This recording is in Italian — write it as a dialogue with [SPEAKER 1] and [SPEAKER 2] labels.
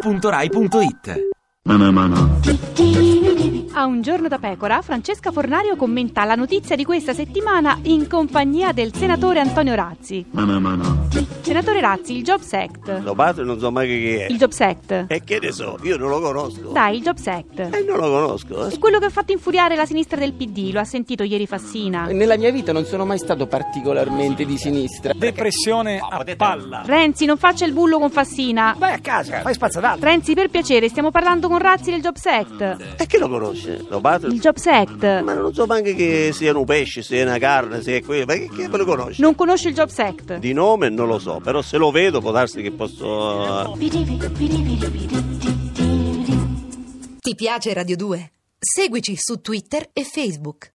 [SPEAKER 1] radio2pod.rai.it
[SPEAKER 2] Mana mana.
[SPEAKER 3] A un giorno da pecora, Francesca Fornario commenta la notizia di questa settimana in compagnia del senatore Antonio Razzi.
[SPEAKER 2] Mana mana.
[SPEAKER 3] Senatore Razzi, il Jobs Act.
[SPEAKER 4] Lo padre non so mai chi è.
[SPEAKER 3] Il Jobs Act.
[SPEAKER 4] E che ne so, io non lo conosco.
[SPEAKER 3] Dai, il Jobs Act.
[SPEAKER 4] E non lo conosco. eh.
[SPEAKER 3] È quello che ha fatto infuriare la sinistra del PD, lo ha sentito ieri Fassina.
[SPEAKER 5] Nella mia vita non sono mai stato particolarmente di sinistra.
[SPEAKER 6] Depressione a palla.
[SPEAKER 3] Renzi, non faccia il bullo con Fassina.
[SPEAKER 6] Vai a casa, fai spazzadalla.
[SPEAKER 3] Renzi, per piacere, stiamo parlando con Razzi del Jobs Act.
[SPEAKER 4] E chi lo conosce? Lo padre?
[SPEAKER 3] Il Jobs Act.
[SPEAKER 4] Ma non so neanche che siano pesci, sia una carne, sia quello. Ma chi, chi lo conosce?
[SPEAKER 3] Non conosce il Jobs Act.
[SPEAKER 4] Di nome non lo so, però se lo vedo può darsi che posso... eh,
[SPEAKER 7] Ti piace Radio 2? Seguici su Twitter e Facebook.